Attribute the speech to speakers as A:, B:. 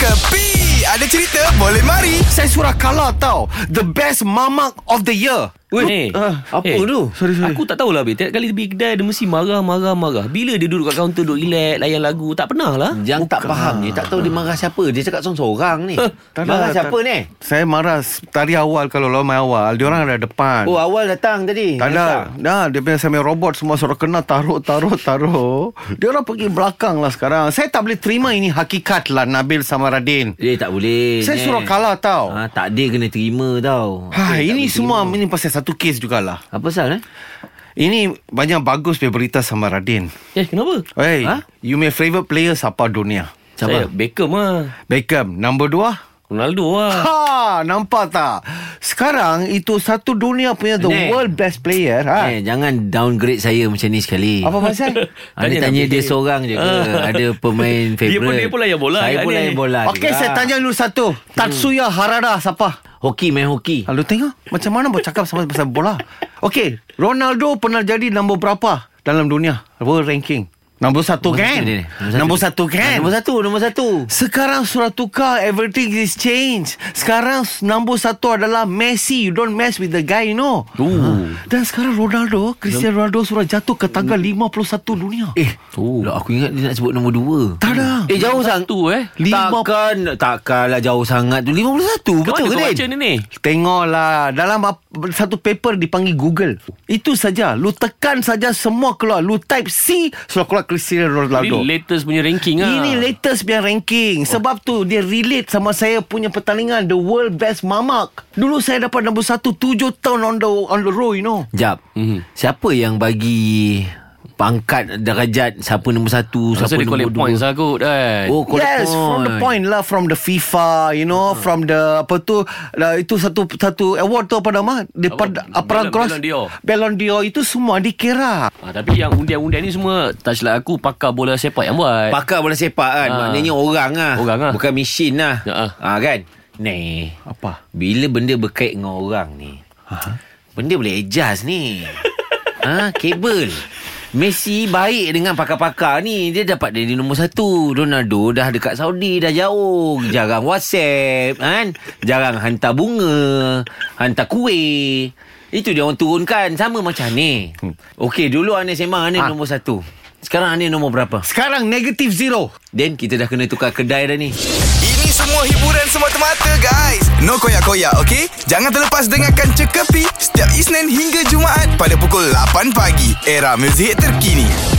A: Kepi Ada cerita boleh mari
B: Saya surah kalah tau The best mamak of the year
C: Weh,
B: Ah, apa tu?
C: Sorry, sorry. Eh, Aku tak tahulah Bik. Tiap kali pergi kedai dia mesti marah, marah, marah. Bila dia duduk kat kaunter duduk relax, layan lagu, tak pernah lah.
D: Yang tak faham ni Tak tahu dia marah siapa Dia cakap seorang-seorang ni Marah siapa ni
B: Saya marah Tari awal kalau lomai awal Diorang ada depan
D: Oh awal datang tadi
B: Tak ada Dah Dia punya sambil robot Semua suruh kena Taruh taruh taruh Dia orang pergi belakang lah sekarang Saya tak boleh terima ini Hakikat lah Nabil sama Radin
D: Eh tak boleh
B: Saya
D: Neh.
B: suruh kalah tau
D: ha, Tak dia kena terima tau
B: Ha,
D: Dia tak
B: ini
D: boleh
B: semua
D: terima.
B: ini pasal satu kes jugalah.
D: Apa sal eh
B: Ini banyak bagus punya berita sama Radin.
C: Eh, kenapa?
B: Hey,
D: Ha?
B: ha? you my favourite player siapa dunia?
C: Saya Beckham lah.
B: Beckham, nombor dua.
C: Ronaldo lah.
B: Ha, nampak tak? Sekarang itu satu dunia punya the
D: Neh.
B: world best player. Ha.
D: Eh, jangan downgrade saya macam ni sekali.
B: Apa pasal?
D: Anda
C: Tanya
D: tanya
C: Nabil.
D: dia seorang je ke Ada pemain
C: pun-
D: favourite
C: dia pun layan bola
D: Saya
C: kat
D: pun
C: ni.
D: layan bola Hmm.
B: Okey,
D: juga.
B: saya tanya lu satu. Tatsuya Harada siapa?
D: Hoki main hoki
B: Lalu tengok macam mana buat cakap sama pasal bola. Okey, Ronaldo pernah jadi nombor berapa dalam dunia world ranking? Nombor satu kan?
D: dia ni. Ah,
B: Nombor satu kan?
D: Nombor satu Nombor satu
B: Sekarang surat tukar Everything is changed Sekarang s- nombor satu adalah Messi You don't mess with the guy you know Ha.
C: Ooh.
B: Dan sekarang Ronaldo Cristiano Ronaldo surat jatuh ke tangga 51 dunia
D: Eh
C: Oh.
D: lah, Aku ingat dia nak sebut nombor dua
B: Tak ada
D: Eh jauh sang
C: Satu eh.
B: Lima-
D: Takkan Takkanlah jauh sangat tu 51
C: Betul
D: Betul
C: ke
D: ke
C: baca
D: Din?
C: ni ni?
B: Tengoklah Dalam ap- satu paper dipanggil Google Itu saja Lu tekan saja semua keluar Lu type C Sudah keluar Cristiano
C: Ini
B: Ronaldo
C: latest punya ranking lah.
B: Ini latest punya ranking Sebab tu dia relate sama saya punya pertandingan The World Best Mamak Dulu saya dapat nombor satu Tujuh tahun on the, on the row you know
D: Jap
C: Mhm.
D: Siapa yang bagi Pangkat Darajat Siapa nombor satu
C: Rasa Oh,
D: Siapa
C: dia collect
D: nombor dua
C: points lah kot kan.
D: Oh collect
B: yes,
D: point
B: from the point lah From the FIFA You
C: Ah.
B: know From the Apa tu uh, Itu satu Satu award tu apa nama Dia
C: Apa?
B: pada Apa
C: Ballon-
B: cross
C: Ballon d'Or.
B: Ballon d'Or Itu semua dikira
C: Ah, tapi yang undian-undian ni semua tak silap aku pakar bola sepak yang buat.
D: Pakar bola sepak kan
C: Ha.
D: ha. Maknanya orang lah
C: Orang lah.
D: Bukan mesin lah
C: Ya, ah.
D: ha, kan Ni
B: Apa
D: Bila benda berkait dengan orang ni ha? Benda boleh adjust ni ha, Kabel Messi baik dengan pakar-pakar ni Dia dapat jadi nombor satu Ronaldo dah dekat Saudi Dah jauh Jarang whatsapp kan? Jarang hantar bunga Hantar kuih Itu dia orang turunkan Sama macam ni Okey dulu Anis sembang Anis
B: Ah.
D: Hmm. ha. nombor satu Sekarang Anis nombor berapa?
B: Sekarang negative zero
D: Dan kita dah kena tukar kedai dah ni
A: Ini semua hiburan semata-mata guys No koyak-koyak ok Jangan terlepas dengarkan Cekapi Setiap Isnin hingga Jumaat Pada pukul 8 pagi Era muzik terkini